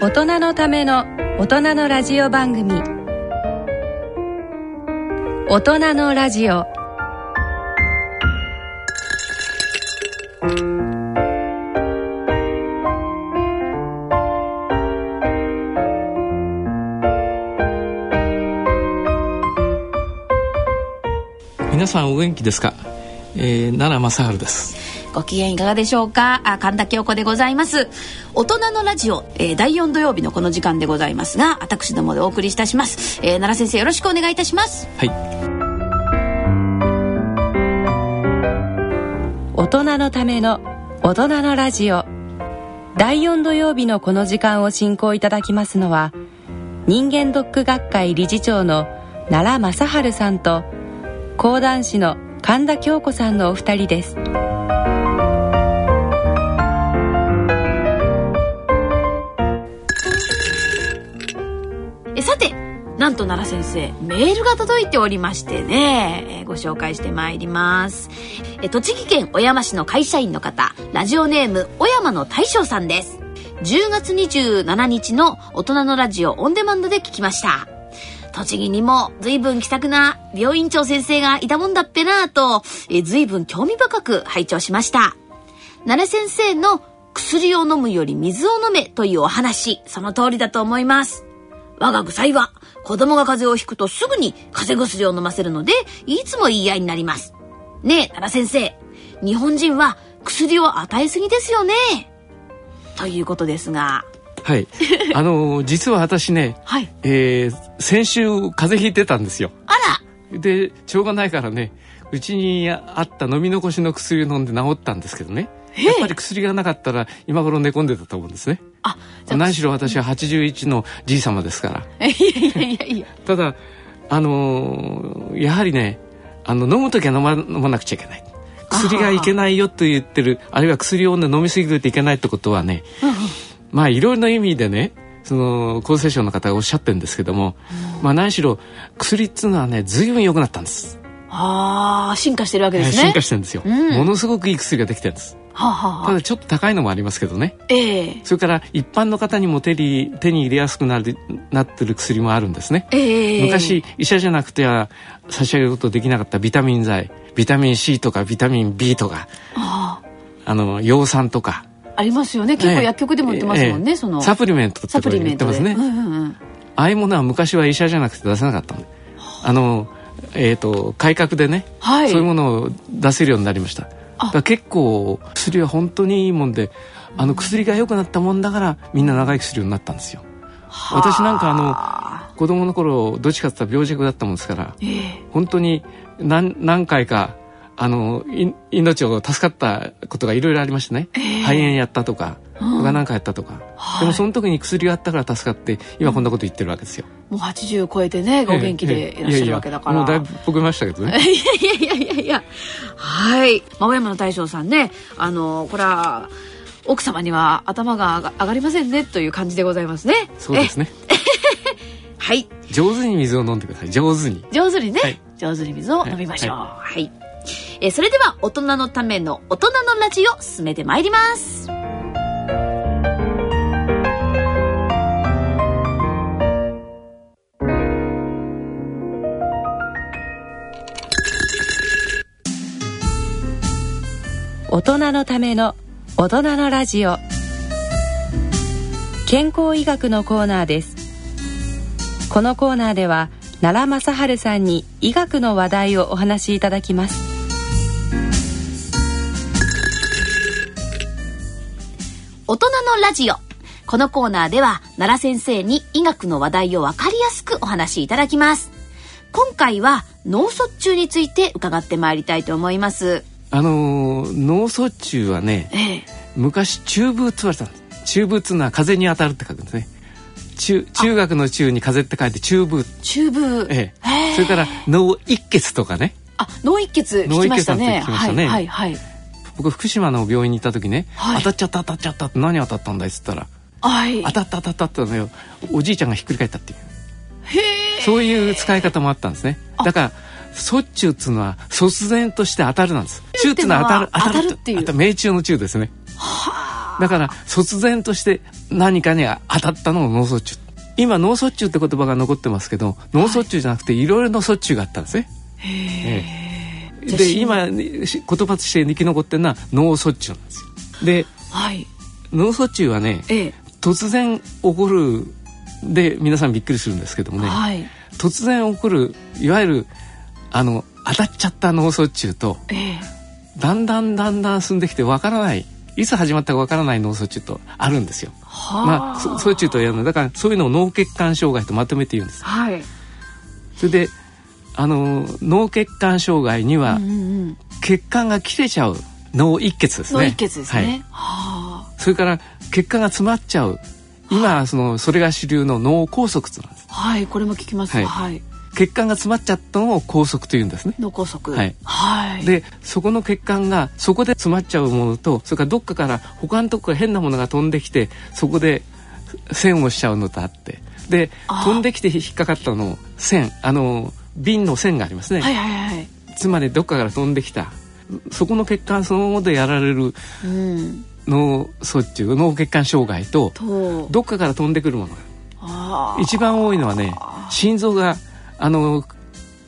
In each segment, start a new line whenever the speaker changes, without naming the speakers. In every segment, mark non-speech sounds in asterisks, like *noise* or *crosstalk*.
大人のための大人のラジオ番組大人のラジオ
皆さんお元気ですか、えー、奈良正治です
ご機嫌いかがでしょうかあ神田京子でございます大人のラジオ、えー、第4土曜日のこの時間でございますが私どもでお送りいたします、えー、奈良先生よろしくお願いいたします
はい
大人のための大人のラジオ第4土曜日のこの時間を進行いただきますのは人間ドック学会理事長の奈良正治さんと講談師の神田京子さんのお二人です
えさてなんと奈良先生メールが届いておりましてね、えーご紹介してまいりますえ栃木県小山市の会社員の方ラジオネーム小山の大将さんです10月27日の大人のラジオオンデマンドで聞きました栃木にも随分気さくな病院長先生がいたもんだっぺなぁと、え随分興味深く拝聴しました奈良先生の薬を飲むより水を飲めというお話、その通りだと思います。我が具材は、子供が風邪をひくとすぐに風邪薬を飲ませるので、いつも言い合いになります。ねえ、奈良先生、日本人は薬を与えすぎですよね。ということですが、
*laughs* はい、あのー実は私ね、
はい。
えー先週風邪ひいてたんですよ
あら、
でしょうがないからねうちにあった飲み残しの薬を飲んで治ったんですけどねやっぱり薬がなかったら今頃寝込んでたと思うんですね
あ、じゃあ、
何しろ私は81のじい様ですから
いやいやいやいや。
ただあのーやはりねあの飲む時は飲ま飲まなくちゃいけない薬がいけないよと言ってるあるいは薬を、ね、飲みすぎるといけないってことはねまあいろいろな意味でねその厚生省の方がおっしゃってるんですけども、まあ何しろ薬っつうのはね随分良くなったんです
ああ、進化してるわけですね。
進化してるんですよ、
うん
ものすごくいい薬ができてるんです
はあ、はあ
た
はあ、
だちょっと高いのもありますけどね
ええ
それから一般の方にも手に手に入れやすくなるなってる薬もあるんですね
ええ
昔医者じゃなくては差し上げることできなかったビタミン剤ビタミン C とかビタミン B とか
あ
あの葉酸とか
あありますよね結構薬局でも売ってますもんね、
ええ
その
サプリメントって
サプリメ
言
ン
って
ト
ま
です
ね、
うんうんうん、
ああいうものは昔は医者じゃなくて出せなかったのあのえっ、と改革でね、
はい
そういうものを出せるようになりましただから結構薬は本当にいいもんであの薬が良くなったもんだからみんな長生きするようになったんですよ私なんかあの子供の頃どっちかって言ったら病弱だったもんですから
ええ
本当に何何回かあのい命を助かったことがいろいろありましてね、肺炎やったとか他何かやったとか、でもその時に薬があったから助かって今こんなこと言ってるわけですよ、
もう80超えてねご元気でいらっしゃるわけだから、
ええいやいやもうだいぶ僕ましたけどね
いやいやいやいやいやはい青山の大将さんねあのこれは奥様には頭が上が上がりませんねという感じでございますね
そうですね
えはい
上手に水を飲んでください上手に
上手にね、
はい
上手に水を飲みましょう
は
はい、えーそれでは大人のための大人のラジオ進めてまいります
大人のための大人のラジオ健康医学のコーナーですこのコーナーでは奈良正治さんに医学の話題をお話しいただきます
大人のラジオこのコーナーでは奈良先生に医学の話題を分かりやすくお話しいただきます今回は脳卒中について伺ってまいりたいと思います
あのー脳卒中はね
ええ
昔中風って言われたんです中風っていうのは風に当たるって書くんですね中中学の中に風って書いて中風
中部
ええ
へえ
それから脳一血とかね
あ脳一血聞きました
脳一血なんて
ね
聞きましたね
はいはいはい
僕福島の病院に行った時ね、
はい
当たっちゃった当たっちゃったって何当たったんだいっつったら
はい
当たった当たったってのよおじいちゃんがひっくり返ったっていう
へえ
そういう使い方もあったんですねだから卒中っつうのは卒然として当たるなんです中っつうのは当たる
中っていうのは当たるっていう
命中の中ですねだから卒然として何かに当たったのを脳卒中今脳卒中って言葉が残ってますけど脳卒中じゃなくていろいろな卒中があったんですね。ええ
じゃあ
で
し
今し言葉として生き残ってるのは脳卒中なんですよ。で
はい
脳卒中はね
ええ
突然起こるで皆さんびっくりするんですけどもね、
はい
突然起こるいわゆるあの当たっちゃった脳卒中と
ええ
だんだんだんだん進んできてわからないいつ始まったかわからない脳卒中とあるんですよ。
はあ
まあそ卒中というのはだからそういうのを脳血管障害とまとめて言うんです。
はい
それであの脳血管障害には
うんうんうん
血管が切れちゃう脳一血ですね。
脳一血です
はい
ねは
それから血管が詰まっちゃう今そのそれが主流の脳梗塞なんです
あはいこれも聞きます
はい
はい
血管が詰まっちゃったのを梗塞と言うんですね
脳梗塞
はい
はい
でそこの血管がそこで詰まっちゃうものとそれからどっかから他のとこから変なものが飛んできてそこで栓をしちゃうのとあってで
あー
飛んできて引っかかったのを栓あの瓶の栓がありますね、
はいはいはい
つまりどっかから飛んできたそこの血管そのものでやられる
うん
脳卒中脳血管障害と
と
どっかから飛んでくるものがある
ああ
一番多いのはね心臓があの、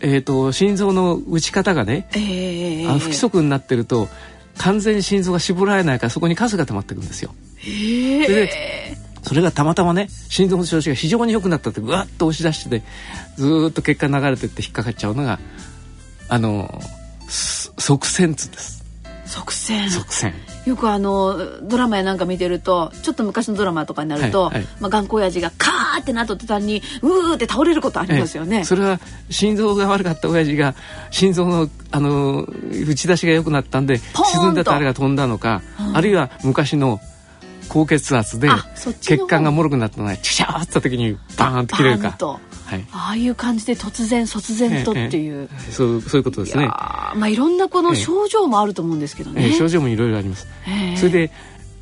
えー、と心臓の打ち方がね、
ええええ
あの不規則になってると完全に心臓が絞られないからそこに数が溜まってくるんですよ。
ええ
でそれがたまたまね心臓の調子が非常に良くなったってぐわっと押し出しててずーっと血管流れてって引っかかっちゃうのがあのす側線痛です
側線
側線
よくあのドラマやなんか見てるとちょっと昔のドラマとかになると、
はいはい
まあ、頑固親父がカーってなった途端にうーって倒れることありますよ
え
ね
え。それは心臓が悪かった親父が心臓のあの打ち出しが良くなったんで
ポーンと
沈んだあれが飛んだのか、あるいは昔の高血圧で
あそっちの方
血管がもろくなったのがチュシャーってった時にバーンって切れる
バー
か
ン、と
はい、
ああいう感じで突然突然とっていう、
そうそういうことです
い
ね
や。ーまあいろんなこの症状もあると思うんですけど
え
ね。
え症状もいろいろあります。
ええ
それで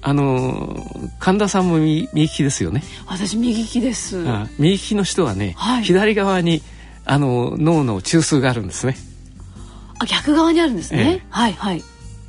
あのー神田さんも右右利きですよね。
私右利きです。
あ右利きの人はね、
はい
左側にあの脳の中枢があるんですね。
あ逆側にあるんですね。
え
はいはい。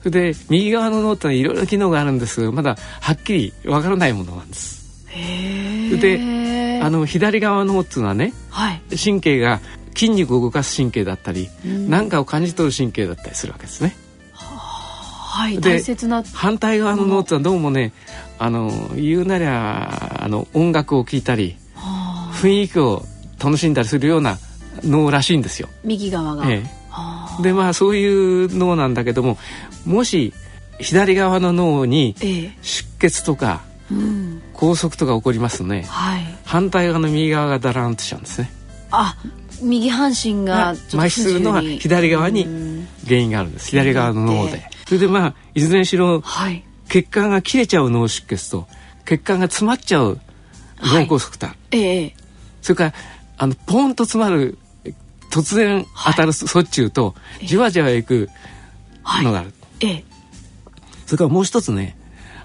それで右側の脳ってのはいろいろ機能があるんですがまだはっきりわからないものなんです。
へ
それ
え。
であの左側の脳っていうのはね
はい。
神経が筋肉を動かす神経だったり
うん
何かを感じ取る神経だったりするわけですね。
はい
で
大切な
反対側の脳ってのはどうもねあの言うなりゃあの音楽を聴いたり
あー
雰囲気を楽しんだりするような脳らしいんですよ。
右側が。
ええ
あー
でまあそういう脳なんだけどももし左側の脳に
ええ
出血とか
うん
拘束とか起こりますとね、
はい。
反対側の右側がダラーンとしちゃうんですね
あ右半身が
が麻痺するのは左側に
うん
原因があるんです左側の脳
うん
でそれでまあいずれにしろ
はい
血管が切れちゃう脳出血と血管が詰まっちゃう脳梗塞と、
ええ
それからあのポーンと詰まる突然当たる卒中と、じわじわいく
はい
のがある、
ええ
それからもう一つね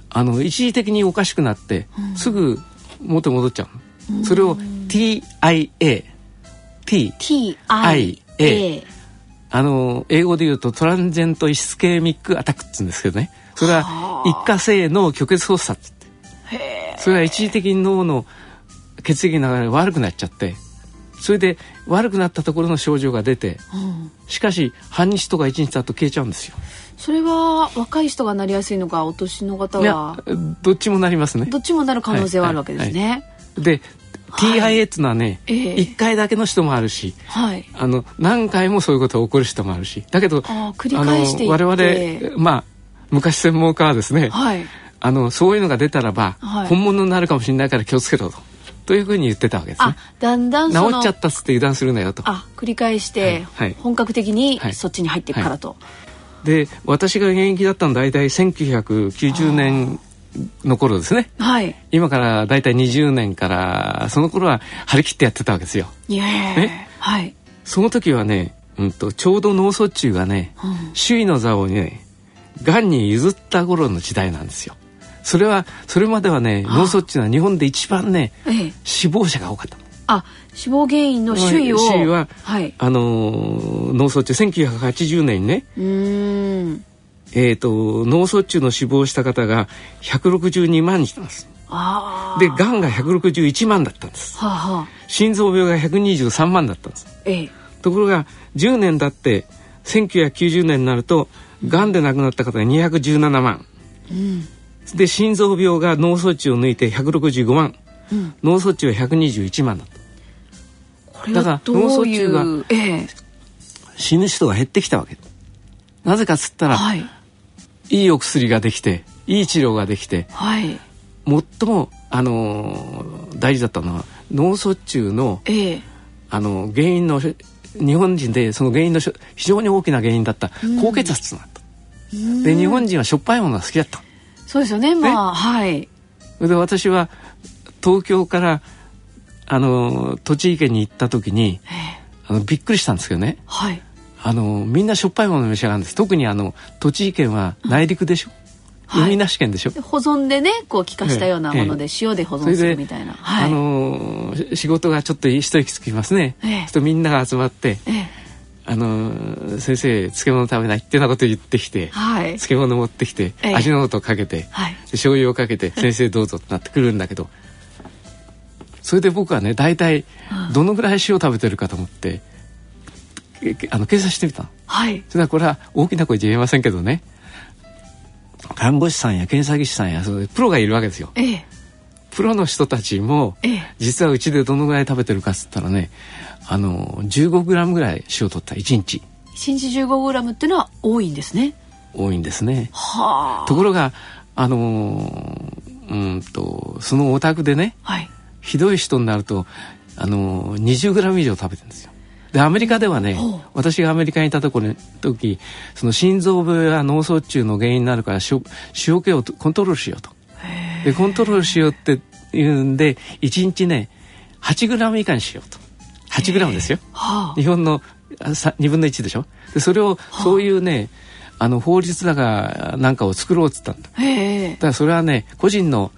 あの一時的におかしくなって、すぐ元に戻っちゃうの、それを TIA T
T I
I
A
A あの英語で言うとトランジェントイスケーミックアタックって言うんですけどねそれは一過性の虚血発作って言ってそれは一時的に脳の血液の流れが悪くなっちゃってそれで悪くなったところの症状が出て
うん
しかし半日とか一日だと消えちゃうんですよ
それは若い人がなりやすいのかお年の方
いや
は
どっちもなりますね
どっちもなる可能性はあるわけですね
で TIA っていうのはね、
ええ
1回だけの人もあるし
はい
あの何回もそういうことが起こる人もあるしだけど
あー繰り返していって
あの我々まあ昔専門家はですね、
はい
あのそういうのが出たらば、
はい
本物になるかもしれないから気をつけろとというふうに言ってたわけですね
あ。だんだん
治
その
っちゃったっつって油断するなよと。
あ繰り返して
はいはい
本格的に
はい
そっちに入っていくからと
で私が現役だったのは大体1990年の頃ですね
はい
今から大体20年からその頃は張り切ってやってたわけですよ。
イエーイはい
その時はね、うん、とちょうど脳卒中がね、
うん
周囲の座をねがんに譲った頃の時代なんですよそれはそれまではね脳卒中は日本で一番ね
ええ
死亡者が多かった
あ死亡原因の周囲を
周囲は
はいう
あのー脳卒中1980年にね
ーん
えー、と脳卒中の死亡した方が162万人いたんです
ああ
でがんが161万だったんです
はあはあ
心臓病が123万だったんです
ええ
ところが10年経って1990年になるとがんで亡くなった方が217万、で心臓病が脳卒中を抜いて165万、脳卒中は121万だった
これ
だから
はどうい
脳卒
うええ
死ぬ人が減ってきたわけなぜかっつったら、
はい
いいお薬ができていい治療ができて
はい
最も、あのー大事だったのは脳卒中の、
ええ
あの原因の日本人でその原因のしょ非常に大きな原因だった高血圧だった、で日本人はしょっぱいものが好きだった
そうですよねまあはい
それで私は東京からあの栃木県に行った時に
ええ
あのびっくりしたんですけどね
はい
あのみんなしょっぱいものを召し上がるんです特にあの栃木県は内陸でしょ、
はい
海なし県でしょ、
で保存でねこう気化したようなもので
え
塩で保
それ
存す
で
るみたいなは
あ
い
のし仕事がちょっと一息つきますね、
ええ
ちょっとみんなが集まって
ええ
あの先生漬物食べないってなこと言ってきて、
はい
漬物持ってきて、
ええ
味の素をかけて、
はい
で醤油をかけて先生どうぞってなってくるんだけどそれで僕はね大体どのぐらい塩食べてるかと思って、けけあの計算してみたの
はい
それはこれは大きな声じゃ言えませんけどね看護師さんや検査技師さんやそういうプロがいるわけですよ
ええ
プロの人たちも
ええ
実はうちでどのぐらい食べてるかっつったらねあの 15g ぐらい塩取った1日
1日 15g っていうのは多いんですね
多いんですね
は
ところがあのーうーんとそのお宅でね
あはい
ひどい人になるとあのー 20g 以上食べてるんですよでアメリカではね
ほう
私がアメリカにいたところ時その心臓病や脳卒中の原因になるから塩塩気をコントロールしようとでコントロールしようっていうんで1日ね 8g 以下にしようと 8g ですよ
はあ
日本のあさ2分の1でしょでそれをそういうねあの法律だかなんかを作ろうっつったんだ
ええ
ただそれはね個人の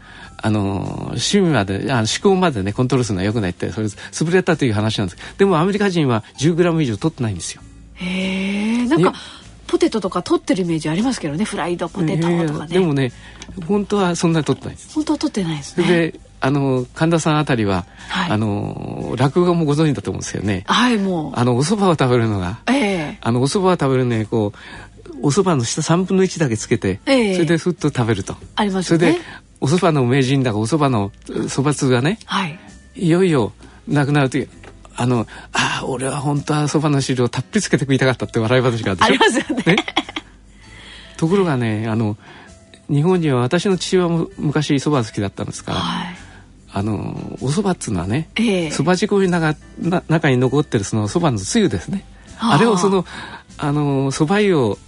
あのー趣味まであ思考までねコントロールするのは良くないってそれ潰れたという話なんですでもアメリカ人は 10g 以上取ってないんですよ
へえなんか
ね
ポテトとか取ってるイメージありますけどねフライドポテトとか
いや
ね
でもね本当はそんなに取ってないんです
本当は取ってないです
それ
ね
であのー神田さんあたりは、
はい
あのー落語もご存知だと思うんですけどね
はいも
あのお蕎麦を食べるのが
うええ
あのお蕎麦を食べるねこうお蕎麦の下3分の1だけつけて、
ええ
それでふっと食べると
ありま
そ
す
れ
よ
で
ね
お蕎麦の名人だかお蕎麦の蕎麦通がね
はい
いよいよなくなるというあのああ俺は本当は蕎麦の汁をたっぷりつけて食いたかったって笑い話があるでしょ
ありますよね
ねところがねあの日本人は私の父親も昔蕎麦好きだったんですから、
はい
あのお蕎麦っつうのはね
ええ
そば粉の中な中に残ってるそのそばのつゆですね
あー
あれをそのあのそば湯を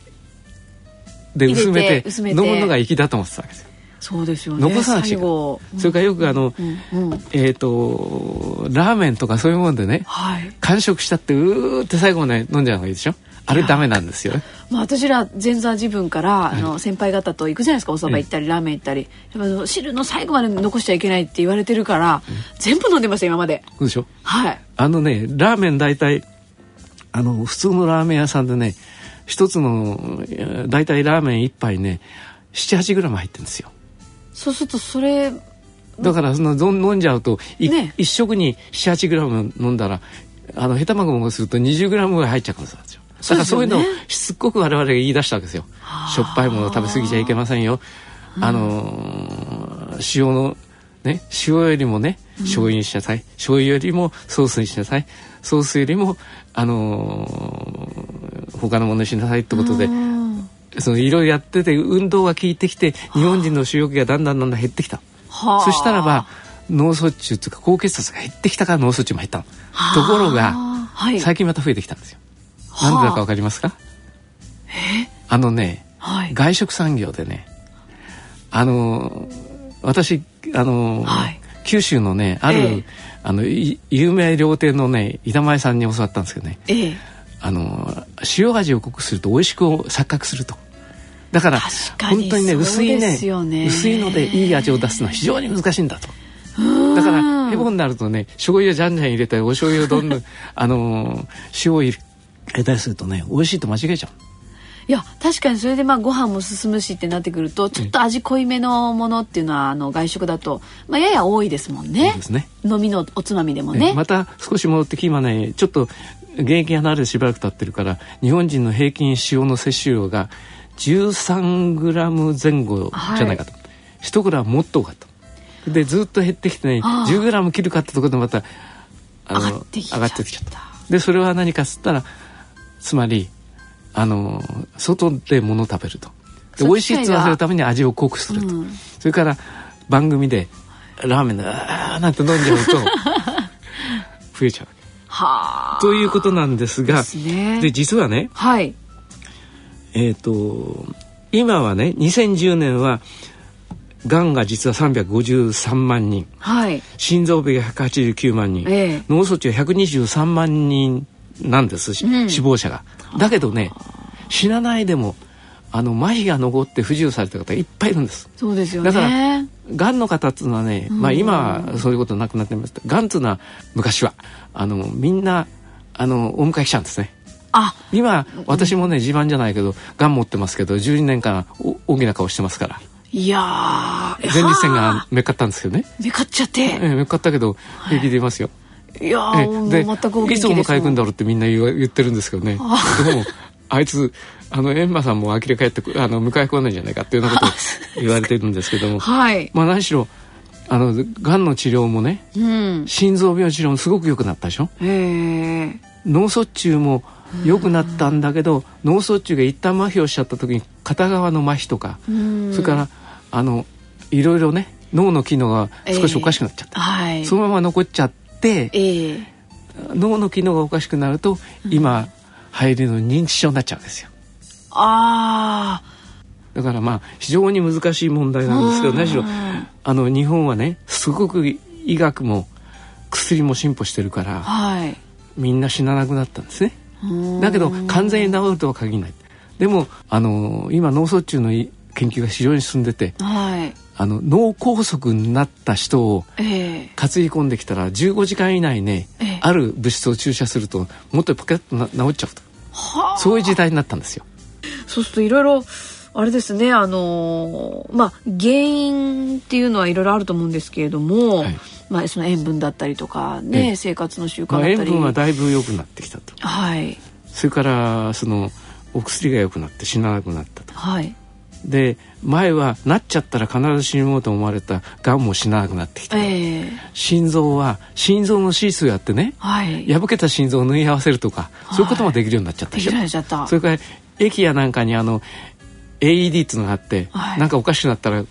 で
入れて
薄めて
薄めて
飲むのが粋だと思ってたわけですよ、
そうですよね
残さなくちゃ
最後
それからよくあの、
うんうん
えっ、とラーメンとかそういうもんでね
はい
完食したってうーって最後まで飲んじゃうのがいいでしょあれダメなんですよね
まあ、私ら前座自分からあの先輩方と行くじゃないですかお蕎麦行ったりラーメン行ったりやっぱその汁の最後まで残しちゃいけないって言われてるから全部飲んでました今まで
そうでしょ
はい
あのねラーメン大体あの普通のラーメン屋さんでね一つのえー大体ラーメン一杯ね78グラム入ってるんですよ
そうするとそれ
だからそのどん飲んじゃうと、い
ね
一食に78グラム飲んだらあのヘタマゴもすると20グラムぐらい入っちゃうかもしれないですよだから
そ
そうう
で
い
す
う
よ
の
ね
をしつこく我々が言い出したわけですよしょっぱいものを食べ過ぎちゃいけませんよあのー塩のね塩よりもね醤油にしなさい、醤油よりもソースにしなさいソースよりもあのー他のものにしなさいってことで
うん
そのいろいろやってて運動が効いてきて日本人の塩気がだんだんだんだん減ってきた。
はあ
そしたらば脳卒中というか高血圧が減ってきたから脳卒中も減ったのところが
あーはい
最近また増えてきたんですよ、
はあ
なんでだかわかりますかあのね
はい
外食産業でねあのー私あのー
はい
九州のねある、
ええ
あのい有名料亭のね板前さんに教わったんですけどね
ええ
あのー塩味を濃くすると美味しく錯覚するとだから
確かに
本当にね薄い
そうで
ね
すよね
薄いのでいい味を出すのは非常に難しいんだとだからヘボになるとね醤油をじゃんじゃん入れたりお醤油をどんどんあのー塩を入れたりするとね美味しいと間違えちゃう
いや確かにそれでまあご飯も進むしってなってくるとちょっと味濃いめのものっていうのはあの外食だと、まあ、やや多いですもんね
そうですね
飲みのおつまみでも
ね
ね
また少し戻って今ねちょっと現役離れてしばらく経ってるから日本人の平均塩の摂取量が13グラム前後じゃないかと、1グラムもっと多かったでずっと減ってきてね
ああ
10グラム切るかってところでまたあ
上がってきちゃ
上
っ
が
た
ってきちゃったでそれは何かっつったらつまりあの外で物を食べるとで
そう
美味しいと言わせるために味を濃くすると、
うん
それから番組でラーメンであーなんて飲んじゃ
*laughs*
うと増えちゃう
はあ
ということなんですが
ですね
で実はね
はい
えっ、と今はね2010年はがんが実は353万人
はい
心臓病が189万人、
ええ
脳卒中は123万人なんですし、
うん
死亡者がだけどね死なないでもあの麻痺が残って不自由された方がいっぱいいるんです
そうですよね
だからがんの方っていうのはね、まあ、今はそういうことなくなってますけどがんっていうのは昔はあのみんなあのお迎え来ちゃうんですね
あ
今私もね自慢じゃないけどがん持ってますけど12年間お大きな顔してますから
いやー
前立腺
はあ
がめっかったんですけどね、
めかっちゃって、
ええめっかったけど平気でいますよ、
いや
ええ
ーもう全くお元気
い
です
つお
もん
迎え行くんだろうってみんな言わ言ってるんです
*laughs*
けどねでもあいつあの閻魔さんも呆れ返ってくあの迎え来ないんじゃないかっていうようなことを言われてるんですけども
はい
まあ何しろあのがんの治療もね
うん
心臓病治療もすごく良くなったでしょ
へえ
脳卒中も良くなったんだけど脳卒中が一旦麻痺をしちゃった時に片側の麻痺とか
うん
それからあのいろいろね脳の機能が少しおかしくなっちゃった、
はい
そのまま残っちゃって
ええ
脳の機能がおかしくなると今入りの認知症になっちゃうんですよ
ああ
だからまあ非常に難しい問題なんですけど
うん
何しろあの日本はねすごく医学も薬も進歩してるから
はい
みんな死ななくなったんですねだけど完全に治るとは限らないでもあの今脳卒中のい研究が非常に進んでて
はい
あの脳梗塞になった人を
ええ
担ぎ込んできたら15時間以内ね、
ええ
ある物質を注射するともっとポケッとな治っちゃうと
はあ
そういう時代になったんですよ。
そうするといろいろあれですねあのーまあ原因っていうのはいろいろあると思うんですけれども、
はい
まあその塩分だったりとかね、
ええ
生活の習慣
まあ、
だっ
塩
たり、
分はだいぶ良くなってきたと
はい
それからそのお薬が良くなって死ななくなったと
はい
で前はなっちゃったら必ず死ぬものと思われたがんも死ななくなってきた、
ええ
心臓は心臓の手術をやってね
はい
破けた心臓を縫い合わせるとか、そういうこともできるようになっちゃった
で
でし
き
ょ
られちゃった
それから駅やなんかにあの AED っていうのがあって、
はい
なんかおかしくなったら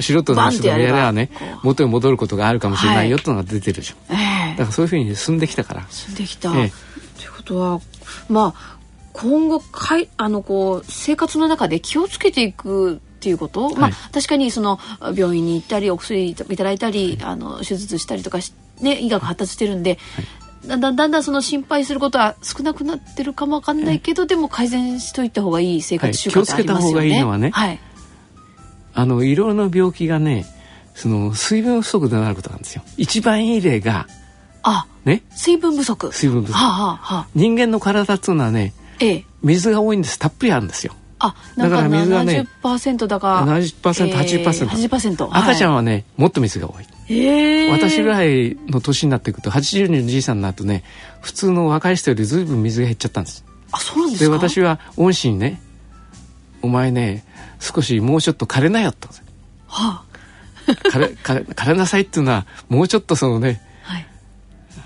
素人の話でも
バンってやれば
やればね
こう
元に戻ることがあるかもしれないよ
は
っ
い
てのが出てるでしょ、
ええ
だからそういうふうに進んできたから
進んできた。
ええ
ということはまあ今後かいあのこう生活の中で気をつけていくっていうこと、
は
まあ
い
確かにその病院に行ったりお薬いただいたり、あの手術したりとかし、ね、医学発達してるんで。だんだんだんだんその心配することは少なくなってるかもわかんないけど、でも改善しといた方がいい生活習慣ってありますよね。
はい気をつけた方がいいのはね
はい。
あのいろいろな病気がねその水分不足でなることなんですよ一番いい例が
あ、
ね
水分不足。
水分不足
はあ、はあはあ、
人間の体っていうのはね
ええ。
水が多いんですたっぷりあるんですよ
あ、なん
だ
か
から水がね
70%だか。
70%、80%,
80%。
赤ちゃん
は
はねもっと水が多い
い。えー
私ぐらいの年になっていくと80のじいさんになるとね普通の若い人よりずいぶん水が減っちゃったんです
あ、そうなんで
です
か。
私は恩師にね「お前ね少しもうちょっと枯れなよ」と
は
「枯れ *laughs* 枯れ枯れなさい」っていうのはもうちょっとそのね
あ、はい。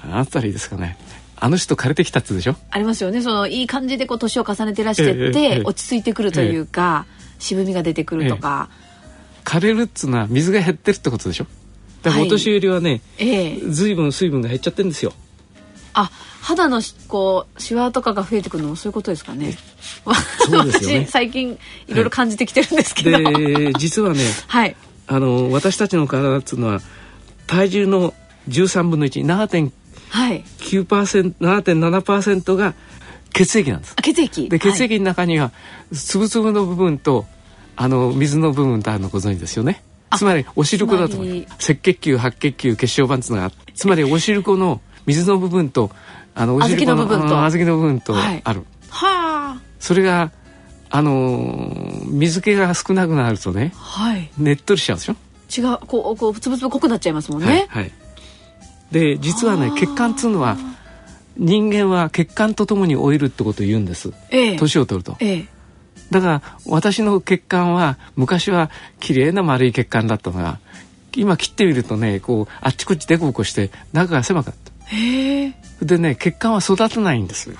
あなたらいいですかねあの人枯れてきたっつうでしょ
ありますよね。そのいい感じでこう年を重ねてらしてっ
えええ
て
え
落ち着いてくるというか、渋みが出てくるとか、
枯れるっつうのは水が減ってるってことでしょだから
はい
お年寄りはね、
ええ
随分水分が減っちゃってるんですよ
あ、肌のしこうシワとかが増えてくるのもそういうことですかね。
そうですよね
*laughs* 私最近いろいろ感じてきてるんですけど、 *laughs*
で実はね
はい。
あの私たちの体っていうのは体重の13分の17.9%
はい。
7.7%が血液なんです
あ血液。
で血
はい
液の中には粒々の部分とあの水の部分とあるのご存知ですよね
あ
つまりお汁粉だと思
つまり
う赤血球白血球血小板っていうのがあってつまりお汁粉の水の部分とあのお汁粉
小豆の部分と
あの小豆の部分と
はい
ある、
はあ。
それがあのー水気が少なくなるとね
はい
ねっとりしちゃうでしょ、
違うこうこうつぶつぶ濃くなっちゃいますもんね、
はいはい、で実はね血管っつうのは人間は血管とともに老いるってことを言うんです
ええ
年を取ると
ええ
だから私の血管は昔は綺麗な丸い血管だったのが今切ってみるとねこうあっちこっちデコボコして中が狭かった
へえ
でね血管は育たないんですよ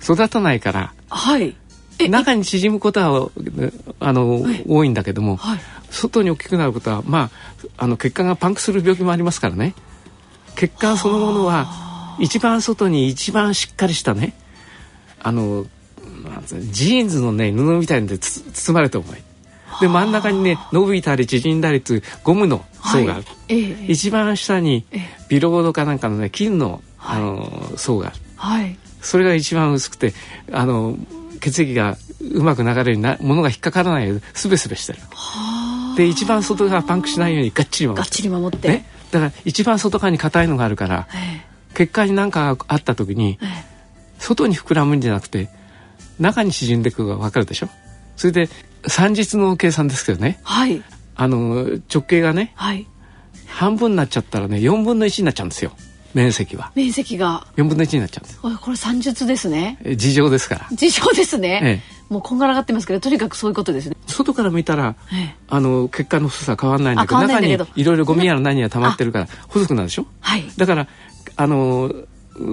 育たないから
はいえ
中に縮むことはねあの、
はい
多いんだけども、
はい
外に大きくなることは、まあ、あの血管がパンクする病気もありますからね血管そのものは一番外に一番しっかりしたねあのなんつうのジーンズのね布みたいのでつ包まれた思いで真ん中にね伸びたり縮んだりっていうゴムの層がある、
ええええ
一番下に
ええ
ビロードかなんかのね金の,、
は
あ
い
の層がある
はい
それが一番薄くてあの血液がうまく流れるようになものが引っかからないようにスベスベしてる
はあ
で一番外側パンクしないようにがっちり守
がっ
って
ちり守って、
ねだから一番外側に硬いのがあるから
え
血管に何かがあった時に
ええ
外に膨らむんじゃなくて中に縮んでいくのが分かるでしょそれで算日の計算ですけどね
えはい
あの直径がね
はい
半分になっちゃったらね4分の1になっちゃうんですよ面積は
面積が
4分の1になっちゃうんです
おいこれ算術ですね
え事情ですから
事情ですね、
え
もうこんがらがってますけどとにかくそういうことですね、
外から見たら
ええ
あの血管の太さは変わらないんだけど
あ変わんないんだけど
中にいろいろゴミやら何やら溜まってるから細くなるでしょ
はい
だからあの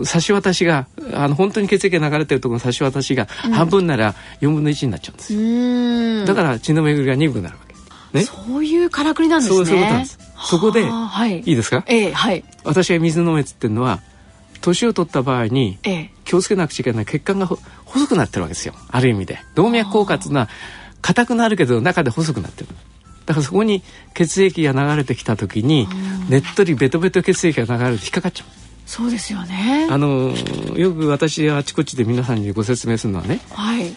差し渡しがあの本当に血液が流れてるところの差し渡しが半分なら4分の1になっちゃうんです
う
よ、
ーん
だから血の巡りが鈍くなるわけね
そういうからくりなんですね
そうそういうことなんですそこで
はあは
い
い
いですか
ええはい
私が水飲めっつってるのは年を取った場合に
ええ
気をつけなくちゃいけない血管がほ細くなってるわけですよある意味で動脈硬化っていうのは硬くなるけど中で細くなってるだからそこに血液が流れてきた時にねっとりベトベト血液が流れて引っかかっちゃう
そうですよね
あのーよく私あちこちで皆さんにご説明するのはね
はい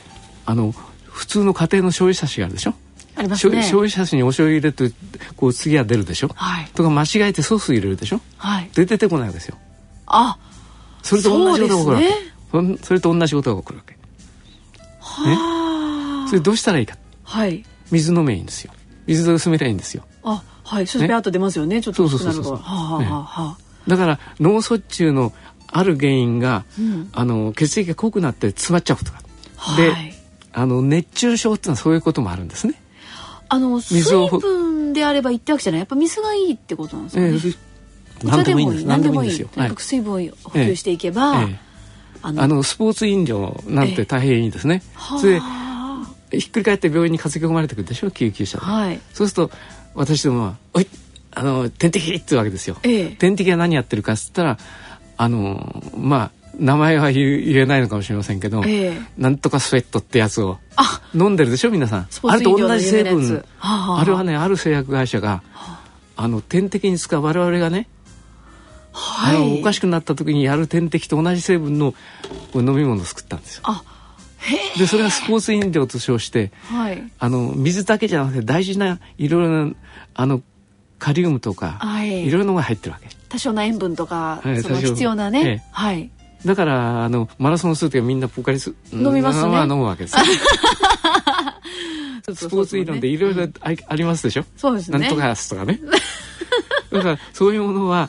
あの普通の家庭の醤油差しがあるでしょ、
あります
醤
ね
醤油差しにお醤油入れてこう次は出るでしょ、
はい
とか間違えてソース入れるでしょ
はい
で出てこないわけですよ
あ
それと同じことが起こるわけ
そうですね
そんそれと同じことが起こるわけ
は
それどうしたらいいか
あはい
水飲めばいいんですよ水で薄めりゃいいんですよ
あはいそして
ね
あと出ますよねちょっと薄くなるから
そうそうそうそう
はあはあはあはあ
だから脳卒中のある原因が、
うん
あの血液が濃くなって詰まっちゃうことがある、
はい
であの熱中症っていうのはそういうこともあるんですね
あの水
水をほ
分であればいいってわけじゃないやっぱ水がいいってことなんですよ
え
ね、
え
お茶
何でもいいんです。
何
何
で
でも
も
いい
い
ん
い
ですよ。
と
は
に
い
かく。水分を補給していけば、
ええ
あの
あのスポーツ飲料なんて大変いいですね。
はあ
それでひっくり返って病院に担ぎ込まれてくるでしょ救急車で。
はい
そうすると私どもは「おいあの点滴!」ってわけですよ。
ええ
点滴は何やってるかっつったらあのまあ名前は言う言えないのかもしれませんけど、
ええ
なんとかスウェットってやつを
あ
飲んでるでしょ皆さん
ス。ポー
あ
ツ
れ
飲
と
料の
同じ成
有名なや
分
つ。はあはあ
あれはねある製薬会社があの点滴に使う我々がね
は
あのおか
し
しくなった時にやる点滴と同じ成分のこう飲み物を作ったんですよ。
あへえ
でそれがスポーツ飲料と称して
はい
あの水だけじゃなくて大事ないろいろなあのカリウムとか、
はい
いろいろなのが入ってるわけ。
多少な塩分とか、
はい
その
多少
必要な
え
ね
え、
はい
だからあのマラソンする時はみんなポカリス
飲みますね
あ飲むわ
*laughs*
けです。スポーツ飲料でいろいろあありますでしょ。
そうですね
なんとかやつとか
*laughs*
ね。だからそういうものは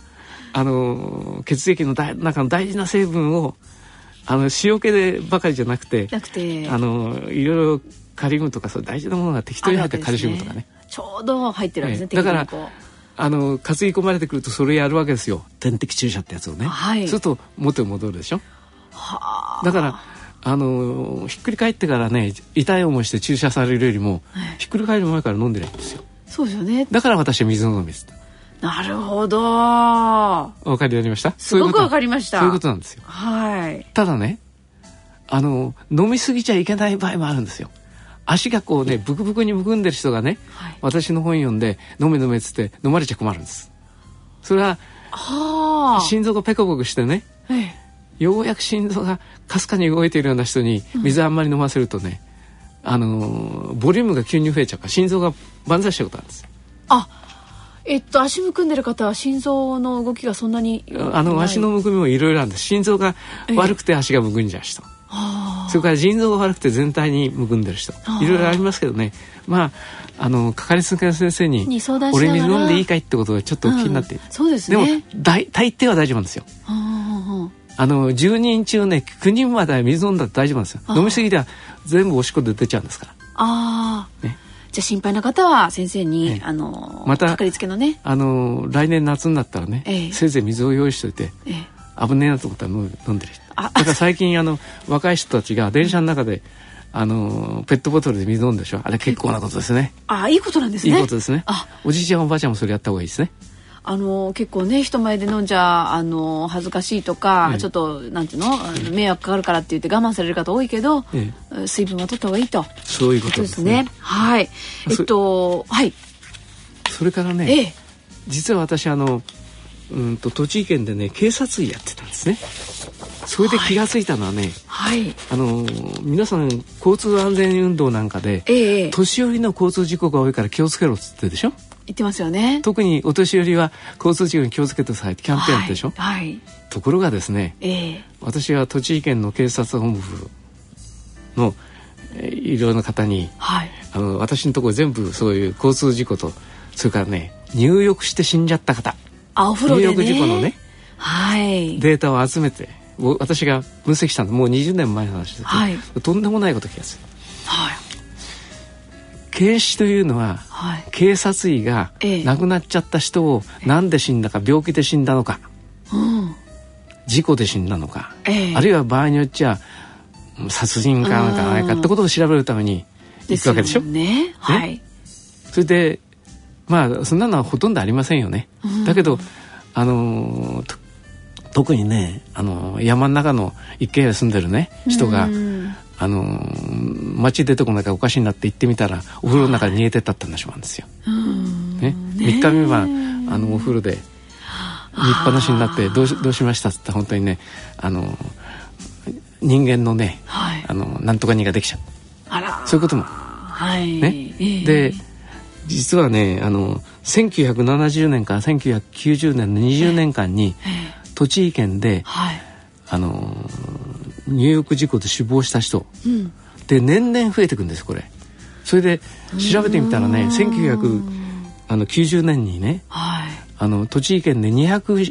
あの血液のだ中の大事な成分をあの塩気でばかりじゃなくて、
なくて
あのいろいろカリウムとかそういう大事なものが適当に入ったカルシウムとかね。
ちょうど入ってるわけですね、
ええだから
適当にこ
あの担ぎ込まれてくるとそれやるわけですよ点滴注射ってやつをね、
はい
すると元に戻るでしょ
うはあ
だからあのひっくり返ってからね痛い思いして注射されるよりも、
はい
ひっくり返る前から飲んでりゃいいんですよ
そうですよね
だから私は水を飲みです
なるほど
お分かりになりました
すごくわか
り
りました
そういうことなんですよ
はい
ただねあの飲みすぎちゃいけない場合もあるんですよ足がこうねブクブクにむくんでる人がね、
はい
私の本読んで「飲め飲め」っつって飲まれちゃ困るんですそれは
はあ
心臓がペコペコしてね
ええ
ようやく心臓がかすかに動いているような人に水あんまり飲ませるとね、あのーボリュームが急に増えちゃうから心臓が万歳したことあるんです
あえっと足むくんでる方は心臓の動きがそんなに
あの足のむくみもいろいろあるんです心臓が悪くて足がむくんじゃう人、
あ
それから腎臓が悪くて全体にむくんでる人
あー
いろいろありますけどねまああのかかりつけの先生に
に相談しな
俺
がら
水飲んでいいかいってことがちょっと気になって、
うんそうです
でも
ね
大大抵は大丈夫なんですよ
ああ
あの10人中ね9人までは水飲んだら大丈夫なんですよ
あー
飲みすぎでは全部おしっこで出ちゃうんですから
あああ
ね
じゃあ心配な方は先生に、
ええ
あの
また
かかりつけのね、
あの来年夏になったらね、
ええ
せいぜい水を用意しておいて
ええ、
危ねえなと思ったら飲む飲んでる人
あ
だから最近あの若い人たちが電車の中であのペットボトルで水飲んでるでしょあれ結構なことですね
あいいことなんです
い
ね
いことですね
あ
おじいちゃんおばあちゃんもそれやった方がいいですね
あの結構ね人前で飲んじゃあの恥ずかしいとか、
ええ
ちょっとなんていうのあの迷惑かかるからって言って我慢される方多いけど、
え
水分は取った方がいいと
そういう
こ
こととで
で
すす
ね
ね
はいえっとはい
それからね
ええ
実は私あのうんと栃木県でね警察医やってたんですねそれで気がついたのはね、
はい
あの皆さん交通安全運動なんかで
ええ
年寄りの交通事故が多いから気をつけろっつってでしょ
言ってますよね
特にお年寄りは交通事故に気をつけてくださいってキャンペーンやってるでしょ、
はい、はい、
ところがですね
ええ
私は栃木県の警察本部のえーいろいろな方に
はい
あの私のところ全部そういう交通事故とそれからね入浴して死んじゃった方
あお風呂でね
入浴事故のね
はい
データを集めてお私が分析したのもう20年前の話ですけど、
はい
とんでもないこと気がする
はい
警視というのは
はい
警察医が
ええ
亡くなっちゃった人をなんで死んだか病気で死んだのか
うん
事故で死んだのか、
ええ
あるいは場合によっちゃうん殺人かなんかないかってことを調べるために行くわけでしょ
すよねはい
それでまあそんなのはほとんどありませんよね、だけどあのーと特にね、あのー山の中の一軒家に住んでるね人が、
うん
あのー街出てこないからおかしいなって行ってみたらお風呂の中に逃げてったって話もあるんですよ、
うん
ね3日目はあのお風呂で見っぱなしになってどうし「どうしました?」っつって本当にねあの人間のね
はい
あのなんとか人ができちゃう
あら
そういうことも
はい
ね、
ええ
で実はねあの1970年から1990年の20年間に
ええ
栃木県で
はい
あの入浴事故で死亡した人
うん
で年々増えていくんですこれそれで調べてみたらね1990年にね
はい
あの栃木県で207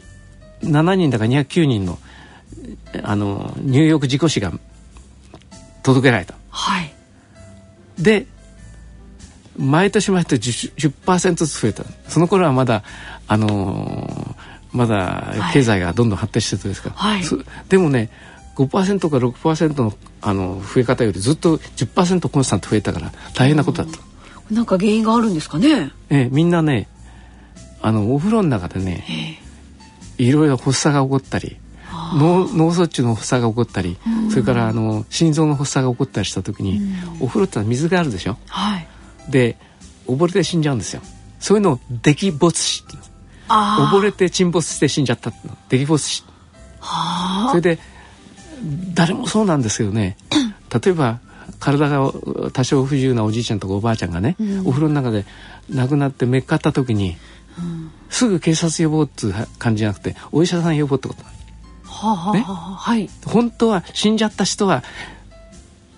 人だか209人のあの入浴事故死が届けられた
はい
で毎年毎年 10%, 10%ずつ増えたその頃はまだあのーまだ
はい
経済がどんどん発展してるんですから、
はい
そでもね5%か6%のあの増え方よりずっと10%コンスタント増えたから大変なことだった、
なんか原因があるんですかね
ええみんなねあのお風呂の中でね
え
いろいろ発作が起こったり脳脳卒中の発作が起こったり、それからあの心臓の発作が起こったりした時に、お風呂ってのは水があるでしょ、
はい
で溺れて死んじゃうんですよそういうのを「溺没死」って言うんです
あ
溺れて沈没して死んじゃったっていうの溺没死それで誰もそうなんですけどね例えば体が多少不自由なおじいちゃんとかおばあちゃんがね、お風呂の中で亡くなってめっかった時に、すぐ警察呼ぼうっていう感じじゃなくてお医者さん呼ぼうってこと
あはあはあ
ね
はあはい
本当は死んじゃった人は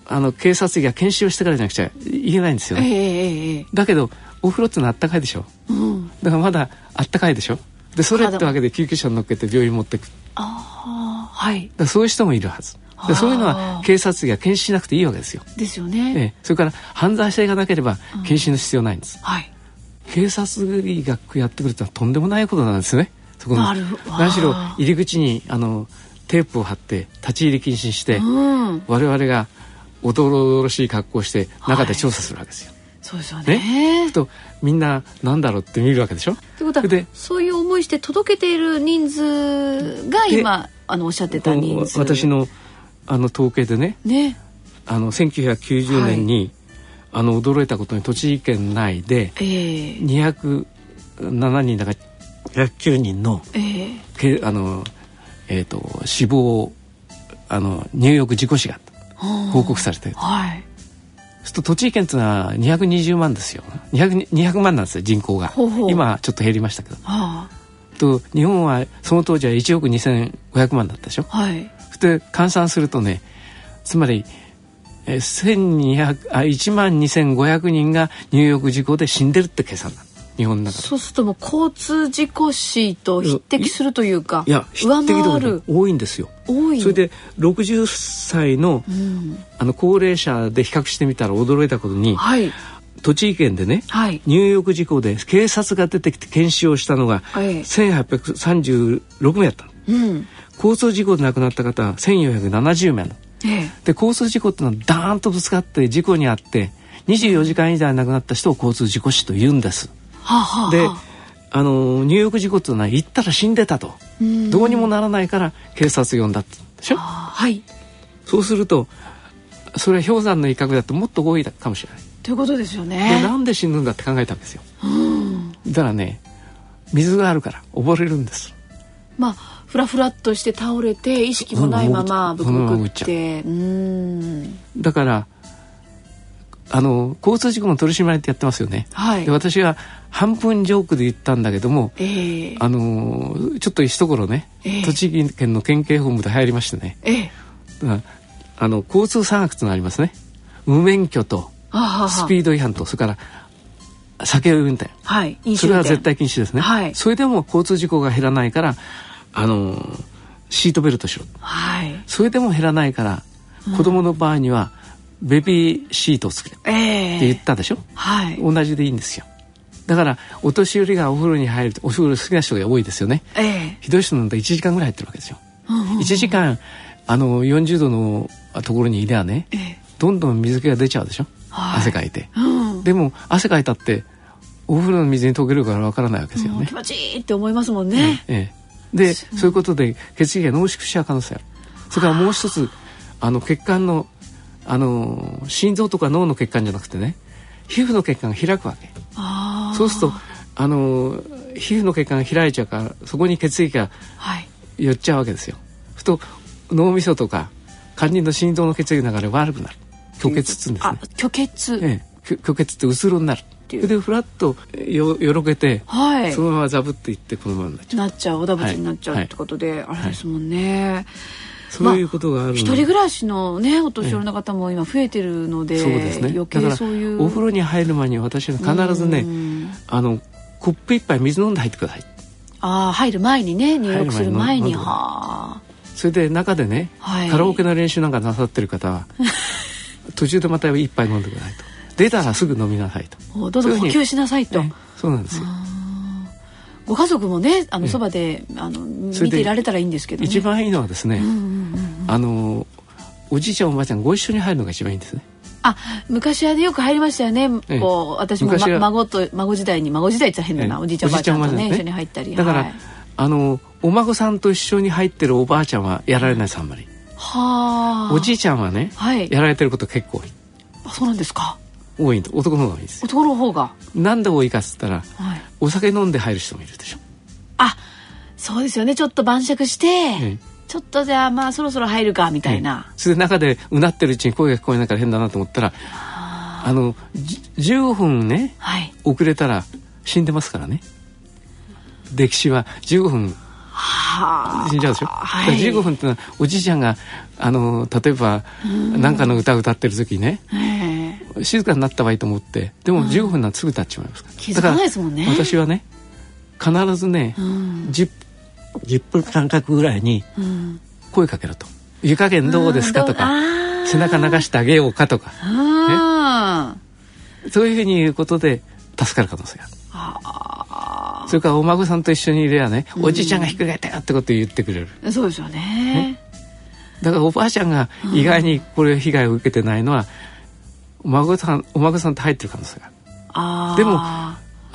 あの警察医が研修をしてからじゃなくちゃいけないんですよ
ええ
ね、
ええええ
だけどお風呂ってのはあったかいでしょ
うん
だからまだあったかいでしょでそれってわけで救急車に乗っけて病院持ってくだか
ああはい
らそういう人もいるはずでそういうの
あ
は
ー
警察医が検視しなくていいわけですよ、
ですよね
ええ、それから犯罪性がなければ検視の必要ないんです、
はい
警察医がやってくるとはとんでもないことなんですねそこの
なるほど
何しろ入り口にあのテープを貼って立ち入り禁止にして、
うん
我々がおどろおどろしい格好をして中で調査するわけですよ、
そうですよね
ふとみんななんだろうって見るわけでしょ
ってことは
で
そういう思いして届けている人数が今あのおっしゃってた人数
私のあの統計でね
ね
あの1990年に、あの驚いたことに栃木県内で
ええ
207人だから109人の
ええ
けあの、えー、と死亡あの入浴事故死があった報告されてる
はい
そうすると栃木県ってのは220万ですよ 200, 200万なんですよ人口が
ほうほう
今ちょっと減りましたけど
あ
と日本はその当時は1億2500万だったでしょ
あはい
そして換算するとねつまりえー1200あ1万2500人が入浴事故で死んでるって計算なの日本の中で
そうするともう交通事故死と匹敵するというか
いや
上
匹敵とか
回
じゃない
る
多いんですよ
多い
それで60歳の,、あの高齢者で比較してみたら驚いたことに
はい
栃木県でね、
はい
入浴事故で警察が出てきて検視をしたのが
ええ
1836名だったの
うん
交通事故で亡くなった方は1470名なの
ええ
で交通事故ってのはダーンとぶつかって事故にあって24時間以内に亡くなった人を交通事故死と言うんです。
はあ、はあ、
で
はあ
あの入浴事故っていうのは行ったら死んでたとどうにもならないから警察呼んだって言うんでしょ
はい
そうするとそれは氷山の一角だともっと多いかもしれない
ということですよ
で
ね
なんで死ぬんだって考えたんですよだからね水があるから溺れるんです
まあフラフラっとして倒れて意識もないまま
うん
ブクブクっ
その
てうん
だからあの交通事故の取り締まりってやってますよね、
はい
で私は半分ジョークで言ったんだけども
ええ
あのちょっと一頃ね、
ええ
栃木県の県警本部で入りましてね
ええ
ああの交通三悪というのがありますね無免許と
はあ、はあ、
スピ
ー
ード違反とそれから酒運転
ドはい飲
そ
酒
れ
運
は
転
絶対禁止ですね、
はい
それでも交通事故が減らないからあのーシートベルトしろ
はい
それでも減らないから子供の場合にはベビーシートを作れって
ええ
言ったでしょ、
はい
同じでいいんですよだからお年寄りがお風呂に入るとお風呂好きな人が多いですよね
ええ
ひどい人なんて1時間ぐらい入ってるわけですよ1時間あの40度のところにいればね
ええ
どんどん水気が出ちゃうでしょ、
はい
汗かいて
うん
でも汗かいたってお風呂の水に溶けるからわからないわけですよ
もう
ね
気、持ちいいって思いますもんね、
ええ、でそういうことで血液が濃縮しちゃう可能性あるそれからもう一つあの血管のあの心臓とか脳の血管じゃなくてね皮膚の血管が開くわけ
ああ
そうするとあの皮膚の血管が開いちゃうからそこに血液が
はい
寄っちゃうわけですよふと脳みそとか肝心の心臓の血液の流れが悪くなる虚血っつうんです
あ
ね
虚血、
ええ虚虚血ってうつろになる
ていう
それでふらっとよよろけて、
はい
そのままザブっていってこのままになっちゃう
なっちゃうおだぶちになっちゃうってことで、あれですもんね、
そういうことがあるので
一人暮らしのねお年寄りの方も今増えてるので,、
そうですね
余
だか
計
ら
そういう
お風呂に入る前に私は必ずねあのコップ一杯水飲んで入ってください
ああ入る前にね入浴する前
入る前
に
に
はあ
それで中でね、
はい
カラオケの練習なんかなさってる方
*laughs*
は途中でまた一杯飲んでくださいと出たらすぐ飲みなさいと
おどう
そういうふう
ぞ補
に
給しなさいと
ええそうなんですよ
ご家族もねあのそばであの
それ
見
で
ていられたらいいんですけどね
一番いいのはですね、あのおじいちゃんおばあちゃんご一緒に入るのが一番いいんですね
あ昔はねよく入りましたよね、
ええ
こう私も、ま
昔は
孫と孫時代に孫時代って言ったら変だ
え
な、
え
おじいちゃんおばあちゃんとね
おじい
一
ち
緒
ゃん
に入ったり
だから、
はい、
あのお孫さんと一緒に入ってるおばあちゃんはやられないですあんまり
はあ
おじいちゃんはね、
はい
やられてること結構多い
あそうなんですか
多いんで男の方が多いんですよ
男の方が
なんで多いかっつったら
はい
お酒飲んで入る人もいるでしょ、
あそうですよねちょっと晩酌して、
え
ちょっとじゃあまあそろそろ入るかみたいな、
それで中でうなってるうちに声が聞こえないから変だなと思ったらあのじ15分ね
はい
遅れたら死んでますからね歴史は15分
はあ
死んじゃうでしょ、
は
だ
い
から15分ってのはおじいちゃんがあの例えば何かの歌を歌ってる時ね
ええ
静かになった方がいいと思ってでも15分ならすぐ経っちまいますから
気づかないですもんね
だから私はね必ずね、10, 10分間隔ぐらいに
うん
声かけろと「湯加減どうですか?」と
あ
か「
ー
背中流してあげようか」とか
あー
そういうふうに言うことで助かる可能性がある。それからお孫さんと一緒にいればね、おじいちゃんがひっくり返ったよってことを言ってくれる
そうですよね
だからおばあちゃんが意外にこれ被害を受けてないのは、お孫さんお孫さんと入ってる可能性がある
あー
でも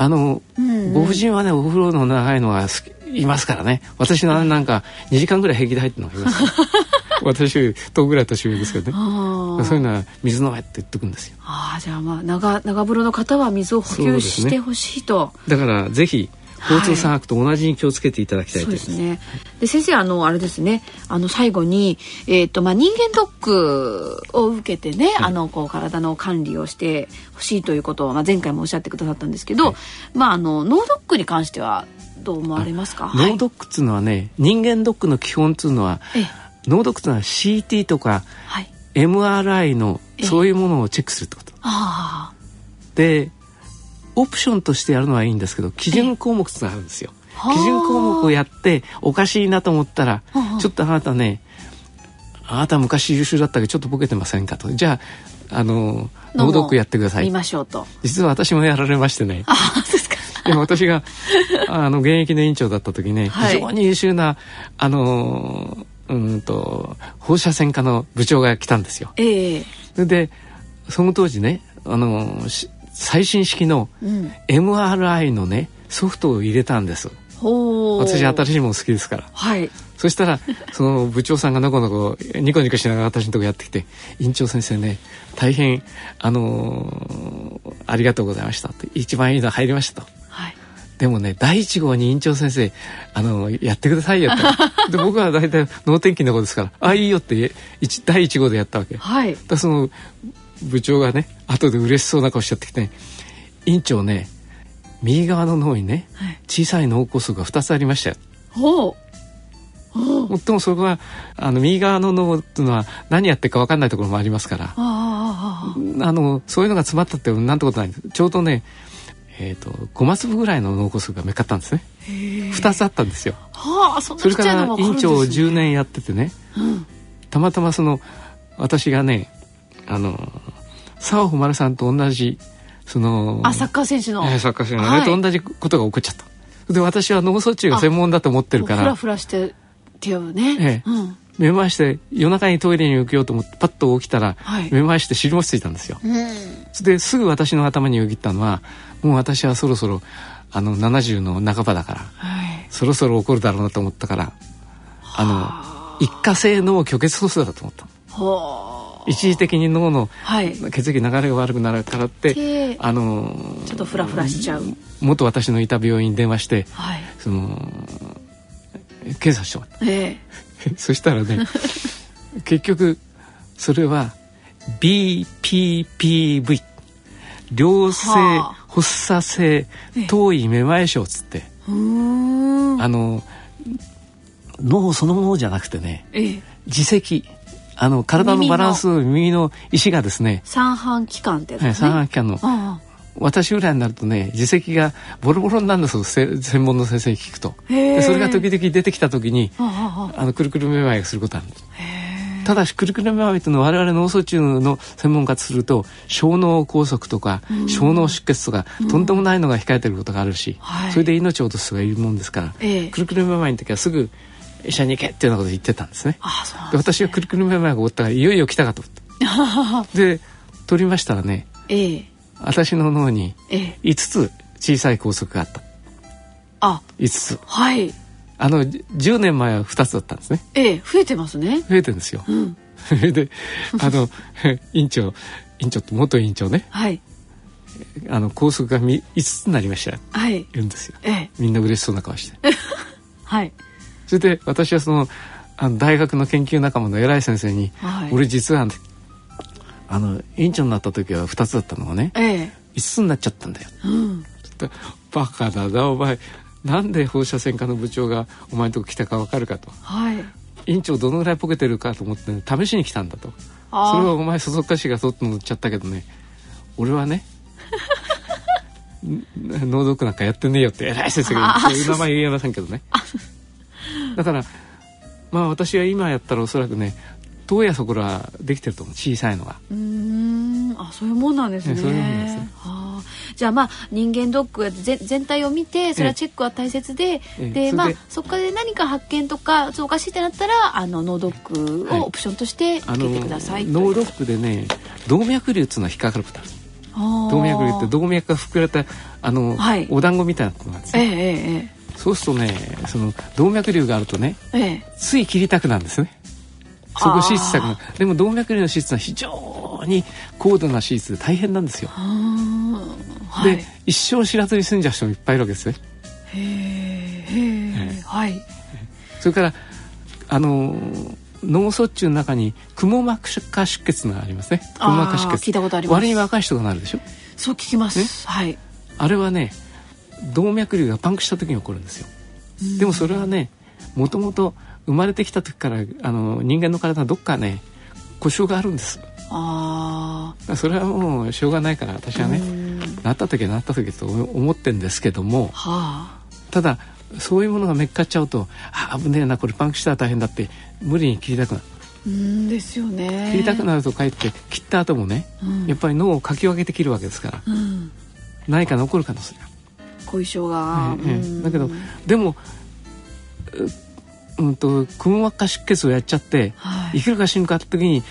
あの、
んうん
ご婦人はねお風呂の長いのが好きいますからね私のなんか2時間ぐらい平気で入ってるのがいます *laughs* 私より遠ぐらい年上ですけどね
あ
そういうのは水飲めって言っとくんですよ
あーじゃあまあ長長風呂の方は水を補
そう
給
です
し
ね
てほしいと
だからぜひ交通三悪と同じに気をつけていただきたい
そ
と
う
思い
で
ます
ね。で先生あのあれですね。あの最後にえっ、とまあ人間ドックを受けてね、あのこう体の管理をしてほしいということをまあ前回もおっしゃってくださったんですけど、まああの脳ドックに関してはどう思われますか。
脳ドックっつうのはね人間ドックの基本っつうのは
はい。ええ
脳ドックっつうのは CT とか
はい。
MRI のそういうものをチェックするってこと
あ
でオプションとしてやるのはいいんですけど基準項目があるんですよ
はあ
基準項目をやっておかしいなと思ったら
はあ
ちょっとあなたねあなた昔優秀だったけどちょっとボケてませんかとじゃああの
どう
脳
も
ドックやってくだ
あ
さ
見
い
ましょうと
実は私もやられましてね
ああそうですか
でも私
*laughs*
があの現役の院長だった時ね、
はい
非常に優秀なあのうーんと放射線科の部長が来たんですよ。
ええ
それでその当時ねあのし最新式の
うん
MRI のねソフトを入れたんです。
ほう
私新しいもの好きですから。
はい
そした
*laughs*
らその部長さんがのこのこニコニコしながら私のとこやってきて「院長先生ね大変あのーありがとうございました」って「一番いいの入りました」と。
はい
でもね第1号に院長先生あのやってくださいよとで僕は大体脳天気の子ですから「あいいよ」って一第1号でやったわけだか
はい
らその部長がね後で嬉しそうな顔しちゃってきて、院長ね右側の脳にね
はい
小さい脳梗塞が2つありましたよ
ほう
もっともそこはあの右側の脳っていうのは何やってるか分かんないところもありますから
ああ
あのそういうのが詰まったってなんてことないんですちょうどねえー、と5マ粒ぐらいの脳梗塞が目立ったんですね2つあったんですよ
はあそんな
それ
ちっ
か
ちゃいの
ら
も分
院
かる
長
ん
を
ですね
10年やっててね
うん
たまたまその私がねあの澤穂丸さんと同じその
あサッカー選手の
えーサッカー選手の
はい
あれと同じことが起こっちゃったで私は脳卒中が専門だと思ってるか
こうフラ
ら
フラしてっていうね、
ええ
うん
めまいして夜中にトイレに受けようと思ってパッと起きたら、
はい
めまいして尻餅ついたんですよ
うん
ですぐ私の頭によぎったのはもう私はそろそろあの70の半ばだから
はい
そろそろ起こるだろうなと思ったからあの一過性脳虚血発作だと思ったの
ほう
一時的に脳の
はい
血液流れが悪くなるからって
で
あの
ちょっとフラフラしちゃう、
元私のいた病院に電話して
はい
その検査してもらっ
ええ
たそしたら *laughs* ね結局それは BPPV 良性
はあ
発作性
ええ
頭位めまい症っつって、
うーん
あの脳そのものじゃなくてね
ええ
耳石あの体のバランスの耳の石がですね
三半規管ってやつ
はい
ですね、
三半規管の
あ
私ぐらいになるとね耳石がボロボロになるんですよせ専門の先生に聞くと
あへえ
でそれが時々出てきた時に
ああ
あのくるくるめまいがすることあるんです
あへえ
ただしくるくるめまいというのは我々脳卒中の専門家とすると小脳梗塞とか小脳出血とかとんでもないのが控えてることがあるし、
はい
それで命を落とす人がいるもんですから、
ええ
くるくるめまいの時はすぐ医者に行けっていうようなこと言ってたんですね
ああそうなん
で
だ
私はくるくるめまいが起こったからいよいよ来たかと思
*laughs*
ってで取りましたらね
ええ
私の脳に
ええ
5つ小さい拘束があった
あ
5つ
はい
あのじ10年前は2つだったんですね
ええ増えてますね
増えてるん
*laughs*
ですよ
うん
それであの *laughs* 院長院長って元院長ね
はい
あの拘束がみ5つになりましたって
はい
言うんですよ
ええ
みんな嬉しそうな顔
*laughs*
して
はい
それで私はそのあの大学の研究仲間の偉い先生に「
はい
俺実はあの院長になった時は2つだったのがね
ええ
5つになっちゃったんだよ」
うん
ってバカだなお前なんで放射線科の部長がお前のとこ来たか分かるかと
はい
院長どのぐらいポケてるかと思って、ね、試しに来たんだと
あー
それはお前そそっかしがそっと乗っちゃったけどね俺はね *laughs* ん脳ドックなんかやってねえよって偉い先生が言ってそういう名前言えませんけどねだからまあ私は今やったらおそらくね遠やそこらできてると思う小さいのが
うーんあそういうもんなんですね。
ねそういうもんなんですね
あーじゃあまあ人間ドックがぜ全体を見てそれはチェックは大切で、
ええそれ
で
で
まあそこで何か発見とかそうおかしいってなったらあの脳ドック
はい
をオプションとして
あ
受
の脳
けてく
ド
ださいという。
ックでね動脈瘤っていうのは引っかかることある
あー
動脈瘤って動脈が膨れたあの、
はい
お団子みたいなことなんです
ええ
ね
え
そうするとねその動脈瘤があるとね
えええ
つい切りたくなるんですねそこ
あー
手術したくなるでも動脈瘤の手術は非常に高度な手術で大変なんですよ、
あーはい。
で一生知らずに済んじゃう人もいっぱいいるわけですね
へえへえはい。
それからあのー脳卒中の中にくも膜下出血がありますねくも膜下
あー
出血
聞いたことあります
割に若い人がなるでしょ
そう聞きます。はい。
あれはね動脈瘤がパンクした時に起こるんですよでもそれはねもともと生まれてきた時からあの人間の体はどっかね故障があるんですだか
あ
らそれはもうしょうがないから私
あ
はね、
うんは
なった時はなった時と思ってんですけども
あ
ただそういうものがめっかっちゃうとあ危ねえなこれパンクしたら大変だって無理に切りたくなる
うんですよね
切りたくなるとかえって切った後もね、
うん
やっぱり脳をかき分けて切るわけですから
うん
何か残る可能性が
後遺症
あ
が、
る、ええええ
うん
だけどでもううんとくも膜下出血をやっちゃって
はい
生きるか死ぬかって時に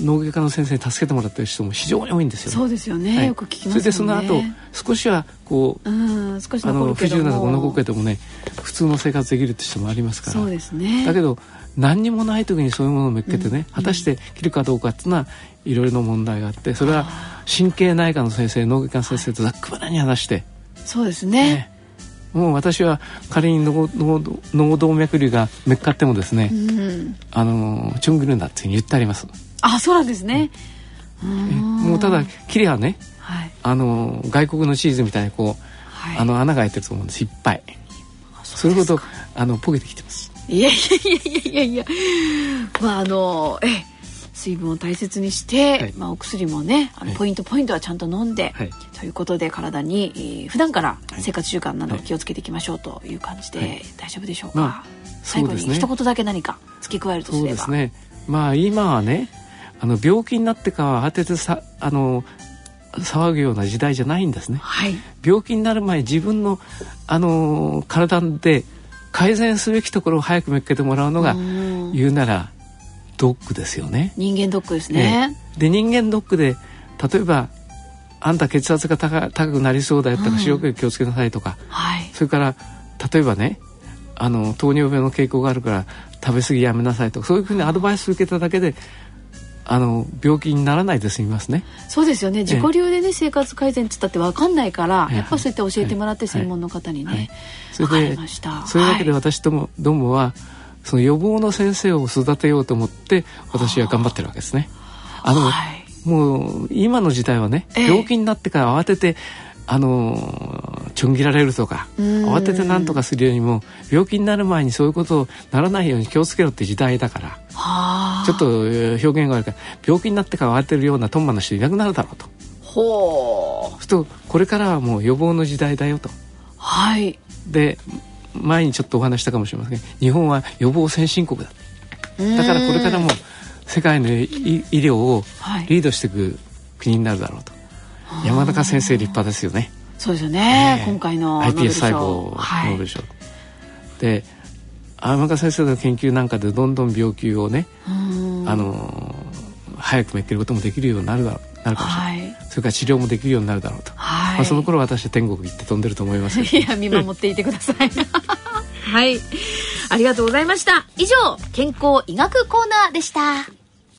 脳外科の先生に助けてもらってる人も非常に多いんですよね、
そうですよね、
はい
よく聞き
そ
ますよ
れ
ね
でその後少しはこう
うん少し
あ
残
の
る
不
け
自
ど
由なとこ
も
残るけどもね普通の生活できるって人もありますから
そうですね
だけど何にもない時にそういうものをめっけてね、
うん
果たして切るかどうかっていうのはいろいろな問題があってそれは神経内科の先生脳外科の先生とざっくばらんに話して、
そうですね
ねもう私は仮に脳脳脳動脈瘤がめっかってもですね、
うん
あのチョングルンだっていうふうに言ってあります、
あそうなんですね、
えもうただ切りはね
はい
あの外国のチーズみたいにこう、
はい
あの穴が開いてると思うんですいっぱいそれほどあのポケてきてます
いやいやいやいやいやいやまああのええ水分を大切にして、
はい
まあ、お薬もねあの
はい
ポイントポイントはちゃんと飲んで、
はい
ということで体に、えー普段から
い
生活習慣など
はい
気をつけていきましょうという感じで、
はい
大丈夫でしょうか、
まあ
最後に
そうです
一
ね
言だけ何か付け加えるとす
そう
れ
で
ば
すねまあ今はねあの病気になってからは慌ててさあの騒ぐような時代じゃないんですね
はい
病気になる前自分のあの体で改善すべきところを早く見つけてもらうのが
うん
言うならドックですよね。
人間ドックですね、
ええで人間ドックで例えばあんた血圧が高高くなりそうだよと
うん
か視力気をつけなさいとか、
はい
それから例えばねあの糖尿病の傾向があるから食べ過ぎやめなさいとかそういうふうにアドバイス受けただけであの病気にならないで済みますね。
そうですよね自己流でね、生活改善っつったって分かんないから、
ええ
やっぱそうやって教えてもらって
はい
専門の方にね、
はいそ
分
れ
か
で
りました
それだけで
はい
私ども,、どもはその予防の先生を育てようと思って私は頑張ってるわけですね。あの、
はい
もう今の時代はね、
ええ
病気になってから慌ててあのーちょん切られるとか
うん
慌てて何とかするよりも病気になる前にそういうことをならないように気をつけろって時代だから
はあ
ちょっとえー表現があるから病気になってから慌てるようなトンマの人いなくなるだろうと
ほう
ふとこれからはもう予防の時代だよと
はい
で前にちょっとお話ししたかもしれませんが日本は予防先進国だだからこれからも世界の医医療を
はい
リードしていく国になるだろうと、山中先生立派ですよね
そうですよ
え
ね、
え
今回のノーベル
iPS 細胞
賞
ノ
は
ーベ
い
ル賞、で山中先生の研究なんかでどんどん病気をね、
うん
あのー早く見つけることもできるようになるだろうなるかもしれない、
はい
それから治療もできるようになるだろうと、
はい、
まあ、その頃私は天国行って飛んでると思いますけど
いや見守っていてください *laughs* はいありがとうございました以上健康医学コーナーでした